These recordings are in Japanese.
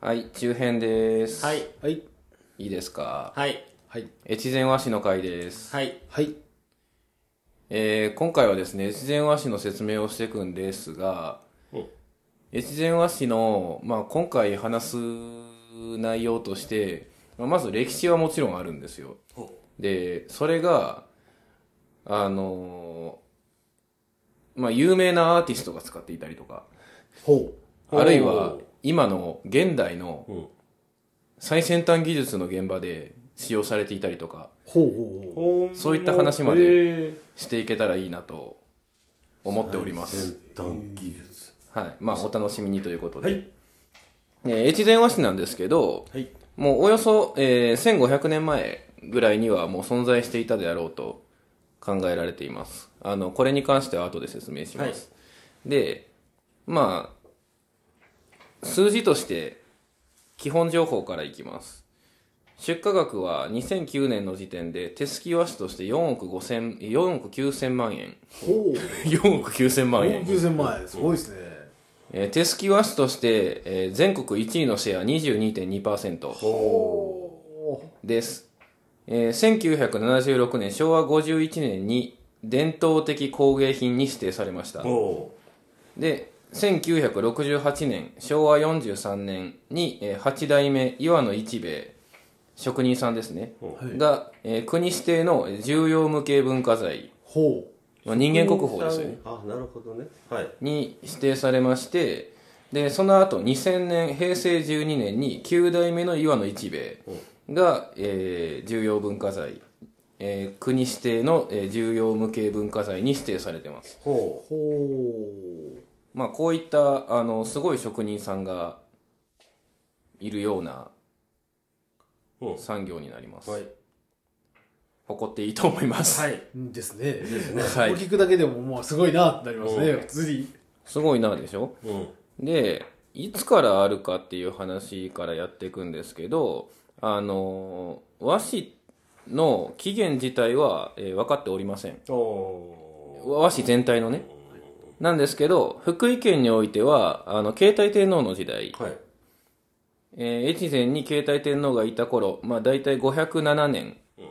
はい、中編です。はい。はい。いいですかはい。はい。越前和紙の回です。はい。はい。えー今回はですね、越前和紙の説明をしていくんですが、うん越前和紙の、まあ、今回話す内容として、まあまず歴史はもちろんあるんですよ。で、それが、あのーまあ、有名なアーティストが使っていたりとか、ほあるいは、今の現代のうん最先端技術の現場で使用されていたりとか、う。ほうほうほう。そういった話までしていけたらいいなと思っております。先端技術。はい。まあ、お楽しみにということで。はいえー越前和紙なんですけど、はい。もうおよそ、えー1500年前ぐらいにはもう存在していたであろうと考えられています。あの、これに関しては後で説明します。で、まあ、数字として基本情報からいきます。出荷額は2009年の時点で手すき和紙として4億5千、4億9千万円。ほう。 4億9千万4億円。 9000万円。すごいですね。えー手すき和紙として、えー全国1位のシェア22.2%。ほです。えー1976年、昭和51年に伝統的工芸品に指定されました。おで、1968年、昭和43年に、え8代目岩野一兵衛、職人さんですね、はいが、えー国指定の重要無形文化財、う。ほまあ、人間国宝ですよね、。あ、なるほどね。はい。に指定されまして、で、その後2000年、平成12年に9代目の岩野一兵衛が、えー重要文化財、えー国指定の、えー重要無形文化財に指定されてます。う。ほほまあ、こういった、あの、すごい職人さんがいるようなう。うん。産業になります。はい。誇っていいと思います。はい。う。ですね。ですね。はい大きくだけでも、まあ、すごいなってなりますね。うん普通に。すごいなでしょうん。で、いつからあるかっていう話からやっていくんですけど、あの、和紙の起源自体は、えー分かっておりません。お和紙全体のね。なんですけど、福井県においては、あの、携帯天皇の時代、はい。えー越前に携帯天皇がいた頃、まあ、大体507年うん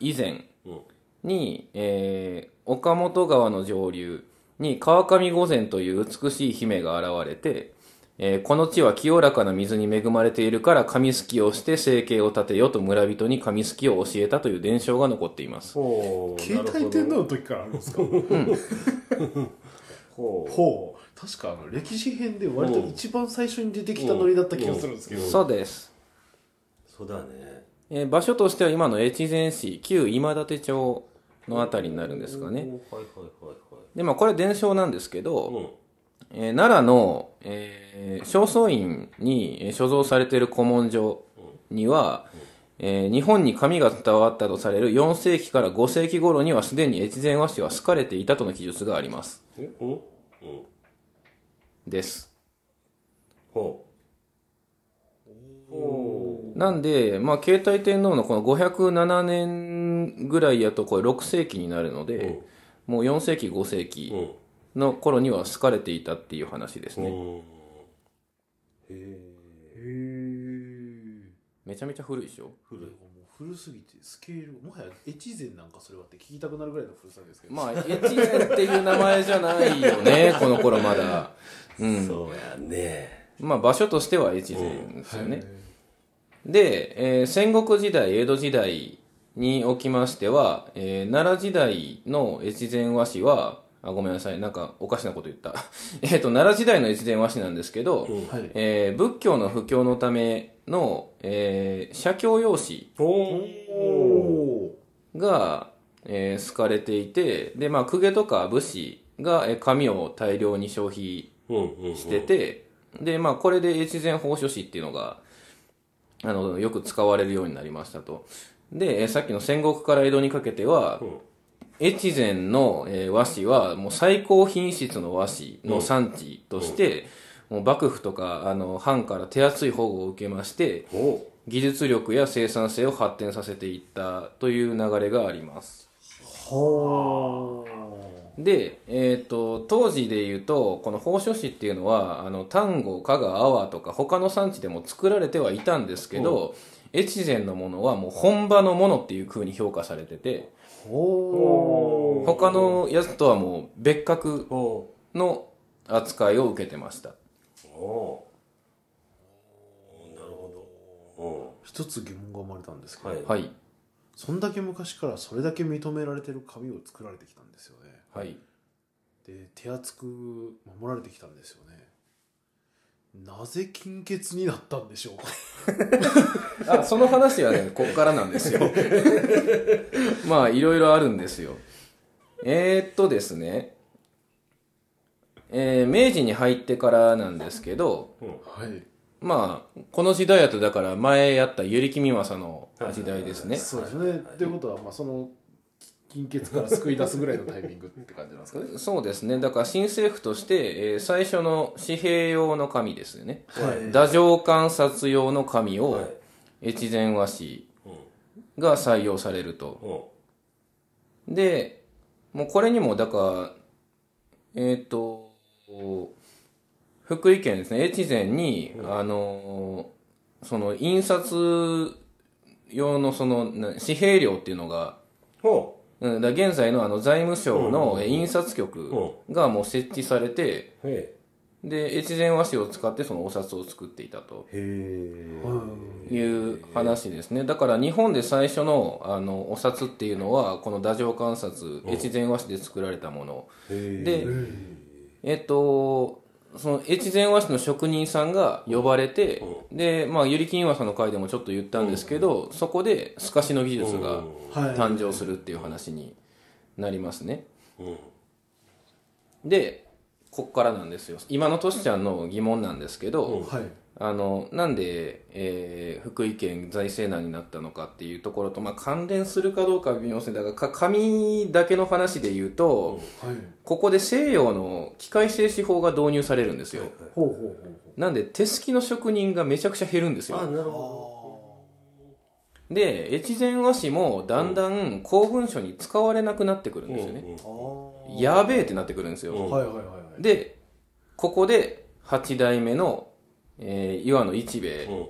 以前うん。に、えー岡本川の上流に川上御前という美しい姫が現れて、えーこの地は清らかな水に恵まれているから紙すきをして生計を立てよと村人に紙すきを教えたという伝承が残っています。ほう。携帯天皇の時からあるんですかほう。ほう。確か、あの、歴史編で割と一番最初に出てきたノリだった気がするんですけど。そうです。そうだね。えー場所としては今の越前市旧今立町のあたりになるんですかね。はいはいはいで、まあこれ伝承なんですけど、はい。えー奈良の、えー、正倉院にえー所蔵されている古文書には、えー日本に紙が伝わったとされる4世紀から5世紀頃にはすでに越前和紙は好かれていたとの記述があります。うん。え、うんうん。です。ほう。ほなんで、まあ、携帯天皇のこの507年ぐらいやとこれ6世紀になるので、もう4世紀5世う。う紀ん。の頃には好かれていたっていう話ですね。うん。へえ。へー。めちゃめちゃ古いでしょ古い。もう古すぎて、スケール、もはや越前なんかそれはって聞きたくなるぐらいの古さですけど。まあ、越前っていう名前じゃないよね、この頃まだ。うん。そうやね。まあ、場所としては越前ですよね。で、えー戦国時代、江戸時代におきましては、えー奈良時代の越前和紙は、あ、ごめんなさい、なんかおかしなこと言った。 えっと、奈良時代の越前和紙なんですけど、うんはい。えー仏教の布教のための、えー写経用紙おお。おが、えー好かれていて、で、まあ、公家とか武士が、えー紙を大量に消費うんうん。してて、で、まあ、これで越前法書士っていうのが、あの、よく使われるようになりましたと。で、えーさっきの戦国から江戸にかけては、うん越前の、えー和紙は、もう最高品質の和紙の産地として、もう幕府とか、あの、藩から手厚い保護を受けまして、お技術力や生産性を発展させていったという流れがあります。はあ。で、えっ、と、当時で言うと、この宝書市っていうのは、あの、丹後、加賀、阿波とか他の産地でも作られてはいたんですけど、越前のものはもう本場のものっていう風に評価されてて、おおー他のやつとはもう別格ほの扱いを受けてました。う。ほう。なるほ一つ疑問が生まれたんですけど、はいはい。そんだけ昔からそれだけ認められてる紙を作られてきたんですよねはい。で手厚く守られてきたんですよねなぜ金欠になったんでしょうかあ、その話はね、こっからなんですよ。 まあ、いろいろあるんですよ。えー、っとですね。えー明治に入ってからなんですけど、はいまあ、この時代だと、だから前やったゆりきみまさの時代ですね。そうですね、ということはまあその金欠から救い出すぐらいのタイミングって感じなんですかねそうですね。だから新政府として、えー最初の紙幣用の紙ですよね。ど。はい。太政観察用の紙はをい、越前和紙うん。が採用されると。ほで、もうこれにも、だから、えっ、と、福井県ですね、越前に、あの、その印刷用のそのな紙幣料っていうのが、う。うほんだから現在のあの財務省のえ印刷局がもう設置されて、う。へで、越前和紙を使ってそのお札を作っていたと。え。へいう話ですね。だから日本で最初のあのお札っていうのは、この太政観察、越前和紙で作られたもの。え。で、えっと、その越前和紙の職人さんが呼ばれて、で、まあ、ゆりきんわさんの回でもちょっと言ったんですけど、そこで透かしの技術がはい誕生するっていう話になりますね。うん。で、こっからなんですよ。今のとしちゃんの疑問なんですけど、はいあの、なんで、えー福井県財政難になったのかっていうところと、まあ、関連するかどうかは微妙ですね。だからか、紙だけの話で言うと、はいここで西洋の機械製紙法が導入されるんですよ。ほうほうほうほうなんで、手すきの職人がめちゃくちゃ減るんですあ、よ。なるほあで、越前和紙もだんだん公文書に使われなくなってくるんど。ですよね。ん。ーやべえってなってくるんですよ。うんはいはいはいはいで、ここで、八代目の、えー岩野一兵衛、うん。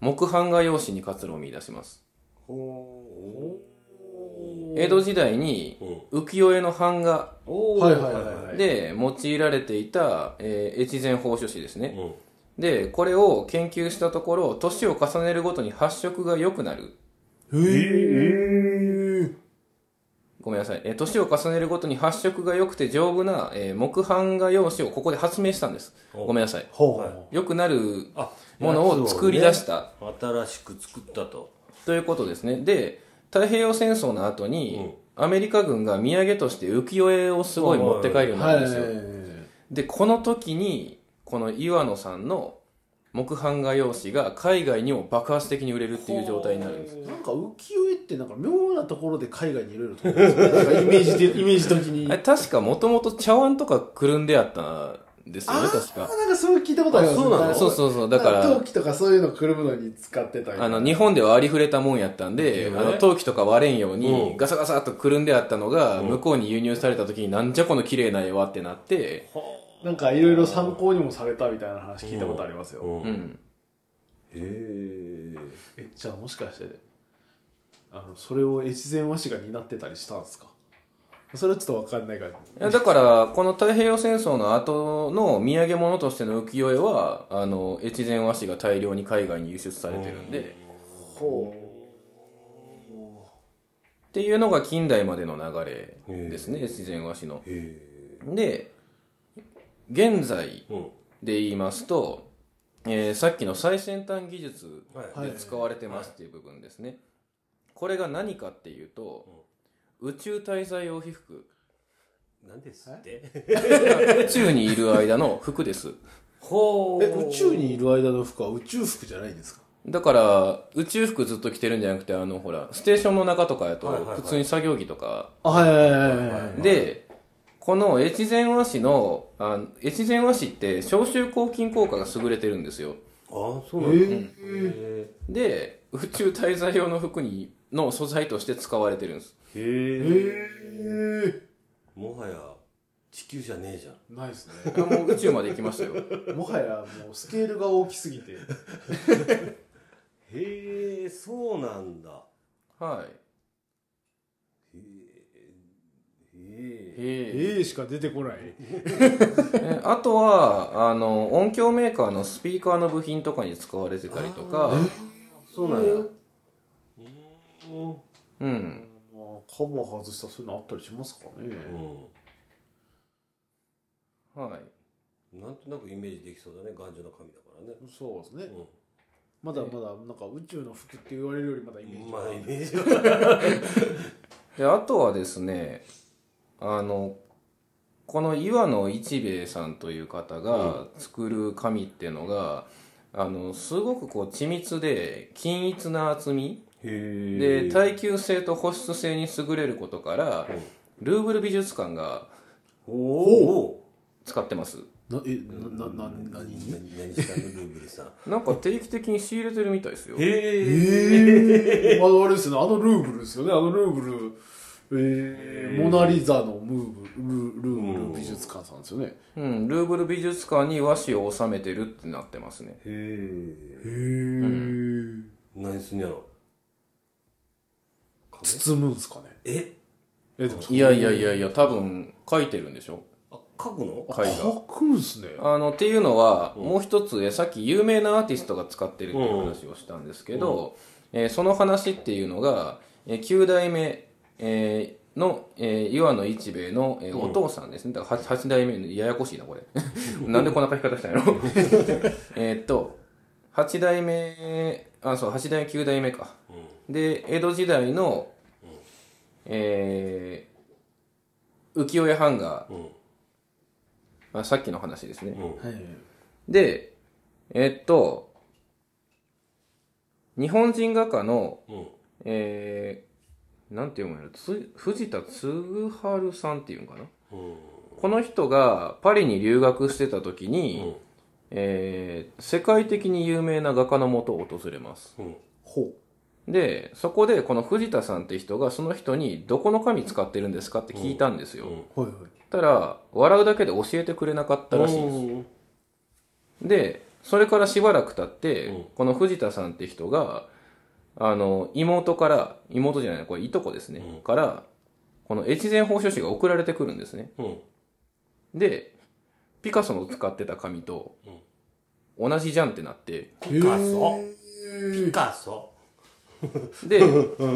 木版画用紙に活路を見出します。ほう。江戸時代に、うん。浮世絵の版画おはいはいはいはいで用いられていた、えー越前法書紙ですね。うん。で、これを研究したところ、年を重ねるごとに発色が良くなる。えー、ごめんなさい。えー年を重ねるごとに発色が良くて丈夫な、えー木版画用紙をここで発明したんです。おごめんなさい。ほう、は良くなるあ、ものを作り出した。新しく作ったと。ということですね。で、太平洋戦争の後に、アメリカ軍が土産として浮世絵をすごい持って帰るようになはるんでいすよ。で、この時に、この岩野さんの木版画用紙が海外にも爆発的に売れるっていう状態になるんです。なんか浮世絵ってなんか妙なところで海外にいろいろと思うんですよねなんかイメージでイメージ的にあれ確かもともと茶碗とかくるんであったんですよね、あー確か。なんかそう聞いたことありますあそうなのそうそうそう。だかなん陶ら、器とかそういうのくるむのに使ってたりあの、日本ではありふれたもんやったんで、うんあの、陶器とか割れんよううにんガサガサっとくるんであったのが、うん向こうに輸入された時になんじゃこの綺麗な絵はってなって、なんかいろいろ参考にもされたみたいな話聞いたことありますよ、う。ん。へえ。えじゃあもしかしてあのそれを越前和紙が担ってたりしたんですかそれはちょっと分かんないからいやだから、この太平洋戦争の後の土産物としての浮世絵は、あの、越前和紙が大量に海外に輸出されてるんで、っていうのが近代までの流れですね、越前和紙の。で、現在うん。で言いますと、えーさっきの最先端技術ははでい使われてますっていう部分ですね。これが何かっていうと、宇宙滞在用被服。い。なんですって 宇宙にいる間の服です。ほえ宇宙にいる間の服は宇宙服じゃないんですかだから、宇宙服ずっと着てるんじゃなくて、あの、ほら、ステーションの中とかやとはいはいは、い普通に作業着とか。あはいはいはいはいはいで、この越前和紙の、あ越前和紙って消臭抗菌効果が優れてるんですよ。あ、えそうなんだ。ーへで、宇宙滞在用の服に、の素材として使われてるんです。え。えーもはや地球じゃねえじゃんないです僕はもう宇宙まで行きま したよ。ねもはやもうスケールが大きすぎてへえそうなんだはい。へへえへええ。 A しか出てこないえあとは、あの、音響メーカーのスピーカーの部品とかに使われてたりとか、そうなんだうんうん。まあカバー外したらそういうのあったりしますかねはうんなんとなくイメージできそうだね頑丈な紙だからねそうですねうまだまだなんか宇宙の服って言われるよりまだイメーんジまがあイメージはい。で、あとはですね、あの、この岩野一兵衛さんという方が作る紙っていうのが、あの、すごくこう緻密で均一な厚みへえで耐久性と保湿性に優れることから、ルーブル美術館がおお使ってます。なえななな何に何何したのルーブルさんなんか定期的に仕入れてるみたいですよ。へえええあのあれですよねあのルーブルですよねあのルーブル、えーモナ・リザのムーブルルーブル美術館さんですよねうん、ルーブル美術館に和紙を収めてるってなってますね。へえへえ何すんやろ包むんすかねええでもいやいやいやいや、多分書いてるんでしょあ書くの絵画。書くんすねあの、っていうのは、もう一つ、えさっき有名なアーティストが使ってるっていう話をしたんですけど、えーその話っていうのが、え9代目、えーの、えー岩野一兵衛の、えーお父さんですね。だから 8, 代目の、ややこしいな、これ。 なんでこんな書き方したんやろ えーっと、8代目、あ、そう、8代目、9代目か。で、江戸時代の、えー浮世絵版画、うんまあ、さっきの話ですね。うんはいで、えっと、日本人画家の、うんえー、なんて読むんやろ、つ藤田嗣治さんっていうんかな。うんこの人がパリに留学してた時に、うんえー世界的に有名な画家のもとを訪れます。うんほで、そこでこの藤田さんって人がその人にどこの紙使ってるんですかって聞いたんですよ。うんうはいはいたら、笑うだけで教えてくれなかったらしいです。うんで、それからしばらく経って、うんこの藤田さんって人が、あの、妹から、妹じゃない、これいとこですね、うんから、この越前報酬紙が送られてくるんですね。うんで、ピカソの使ってた紙と、同じじゃんってなって、ピカソピカソで、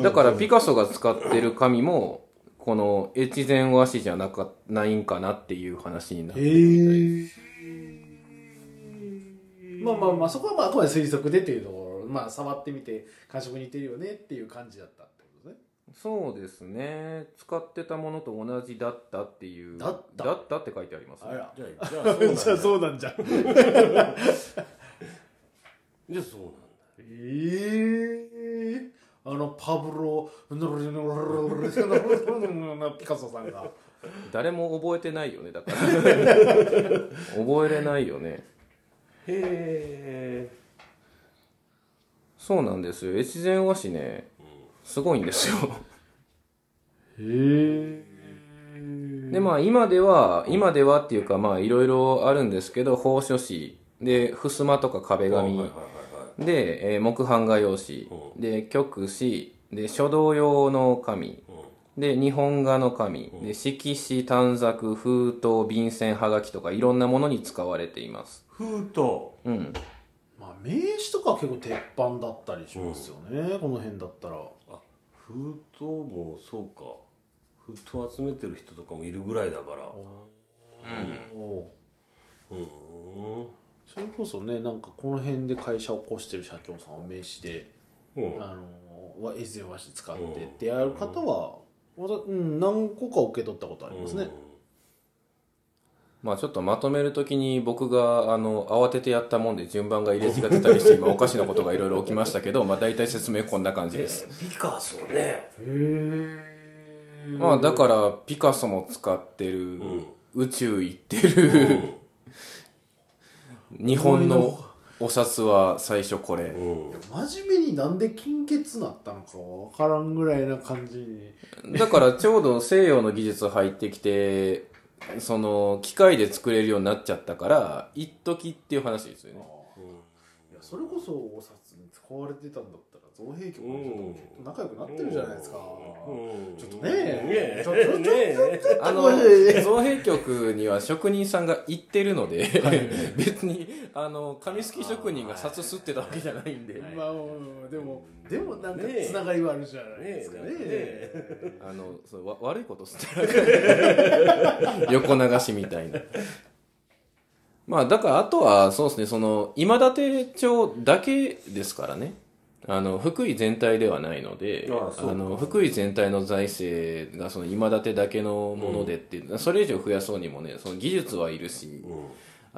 だからピカソが使ってる紙も、この越前和紙じゃなか、ないんかなっていう話になってへ。えまあまあまあそこはまああくまで推測でっていうところまあ触ってみて感触似てるよねっていう感じだったってことですねそうですね。使ってたものと同じだったっていう。だったって書いてありますね、あ らじゃあじゃあそうなんだじゃあそうなんじゃんじゃあそうなんだええあのパブロピカソさんが誰も覚えてないよねだ から覚えれないよねへそうなんですよ越前和紙ねすごいんですよへえでまあ今では今ではっていうかまあいろいろあるんですけど宝書紙で襖とか壁え紙、はいはいはいはいで、えー木版画用紙、うで極紙で書道用の紙で日本画の紙、で色紙短冊封筒便箋はがきとかいろんなものに使われています封筒うんまあ名刺とか結構鉄板だったりしますよね、この辺だったらあ封筒もそうか封筒集めてる人とかもいるぐらいだからおううんそれこそねなんかこの辺で会社を起こしてる社長さんを名刺で、うんあのわ s 和紙使ってってやる方は、またうん、何個か受け取ったことありますね、まあちょっとまとめるときに僕があの慌ててやったもんで順番が入れ違ってたりして今おかしなことがいろいろ起きましたけどまあ大体説明こんな感じです。ピカソねへえまあだからピカソも使ってる、ん宇宙行ってる、日本のお札は最初これうん真面目になんで金欠なったのかわからんぐらいな感じにだからちょうど西洋の技術入ってきてその機械で作れるようになっちゃったから一時っていう話ですよ ねいやそれこそお札に使われてたんだったら造幣局の人ともきっと仲良くななってるじゃないですか、うんちょっとねねえちょちょちょねえあの造幣局には職人さんが行ってるので 別にあの紙すき職人が札すってたわけじゃないんでまあうんでもでもなんかつながりはあるじゃないですかねねえあのそうわ悪いことすってる 横流しみたいなまあだからあとはそうですねその今立町だけですからねあの福井全体ではないのでああそうかの福井全体の財政がその今立だけのものでって、それ以上増やそうにもねその技術はいるし、うん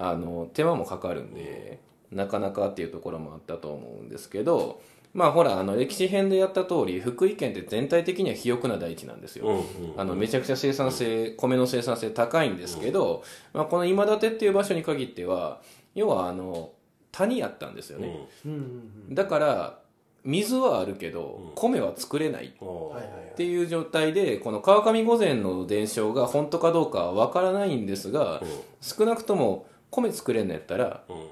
あの手間もかかるんで、なかなかっていうところもあったと思うんですけどまあほらあの歴史編でやった通り福井県って全体的には肥沃な大地なんですよ、うんうんあのめちゃくちゃ生産性米の生産性高いんですけど、まあ、この今立っていう場所に限っては要はあの谷やったんですよね、うんうんうんだから水はあるけうどん米は作れないうんはいはいっていう状態でこの川上御前の伝承が本当かどうかはわからないんですが少なくとも米作れんのやったらうんうん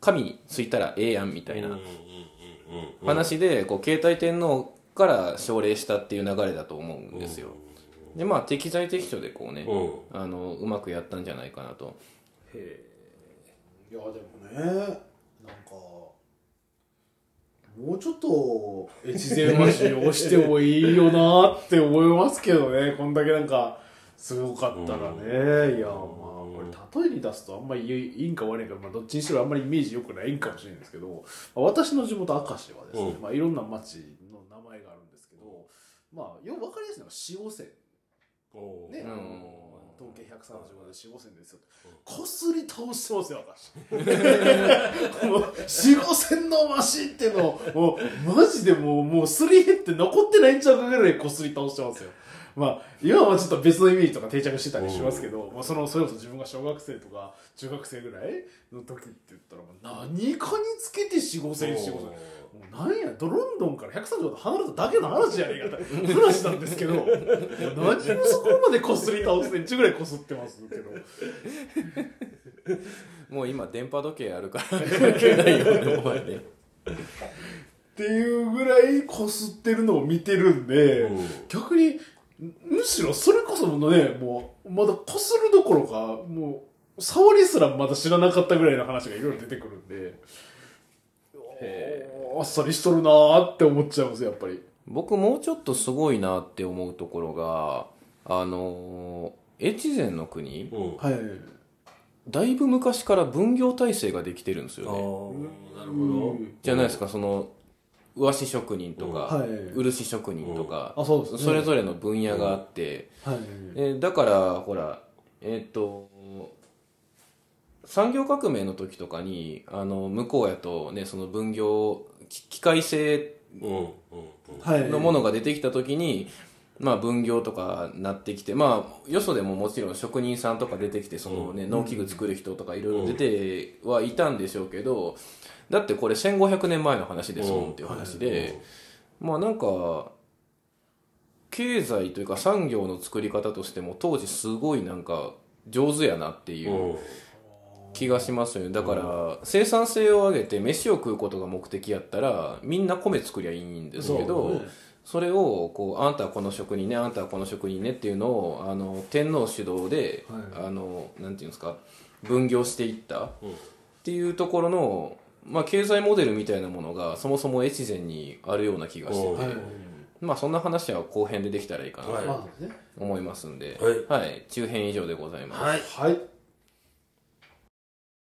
神についたらええやんみたいうんうなんうんうん話でこう慶太天皇から奨励したっていう流れだと思うんですよでまあ適材適所でこうねうんあのうまくやったんじゃないかなといやでもねなんかもうちょっと越前橋押してもいいよなって思いますけどねこ んだけなんかすごかったらねいやまあこれ例えに出すとあんまりいいんか悪いんか、まあ、どっちにしろあんまりイメージ良くないんかもしれないんですけど、まあ私の地元明石はですね、うんまあ、いろんな町の名前があるんですけどまあよく分かりやすいのが塩泉おうね、うあんの統計135で死後線ですよ、こすり倒してますよ 私もう死後線のマシンっていうのをもうマジでもうもうすり減って残ってないんちゃうかぐらいこすり倒してますよまあ今はちょっと別のイメージとか定着してたりしますけど、まあ、そのそれこそ自分が小学生とか中学生ぐらいの時って言ったらもう何かにつけて死後線死後線もうなんやドロンドンから130度離れただけの話じゃねえかって話なんですけど何もそこまでこすり倒すねんちゅうぐらいこすってますけどもう今電波時計あるから関係ないよねお前ねっていうぐらいこすってるのを見てるんで、うん逆にむむしろそれこそもうねもうまだこするどころかもう触りすらまだ知らなかったぐらいの話がいろいろ出てくるんであっさりしとるなーって思っちゃいますやっぱり。僕もうちょっとすごいなって思うところがあの越前の国うんはい、だいぶ昔から分業体制ができてるんですあよあねなるほじゃないですかその和紙職人とか、はい漆職人とか、あそうですねそれぞれの分野があって、はいえーだからほらえーっと産業革命の時とかにあの向こうやとねその分業き機械性どうんうんうんはいのものが出てきた時に、まあ分業とかなってきてまあよそでももちろん職人さんとか出てきてそのね、農機具作る人とかいろいろ出てはいたんでしょうけどだってこれ1500年前の話ですもんっていう話で、まあなんか経済というか産業の作り方としても当時すごいなんか上手やなっていううん気がしますよねだから生産性を上げて飯を食うことが目的やったらみんな米作りゃいいんですけそうどねそれをこうあんたはこの職人ねあんたはこの職人ねっていうのをあの天皇主導で、はあのなんていうんですか分業していったっうんていうところの、まあ、経済モデルみたいなものがそもそも越前にあるような気がしてて。はいまあそんな話は後編でできたらいいかなはいとまあね思いますんで、はい中編以上でございます。はいはい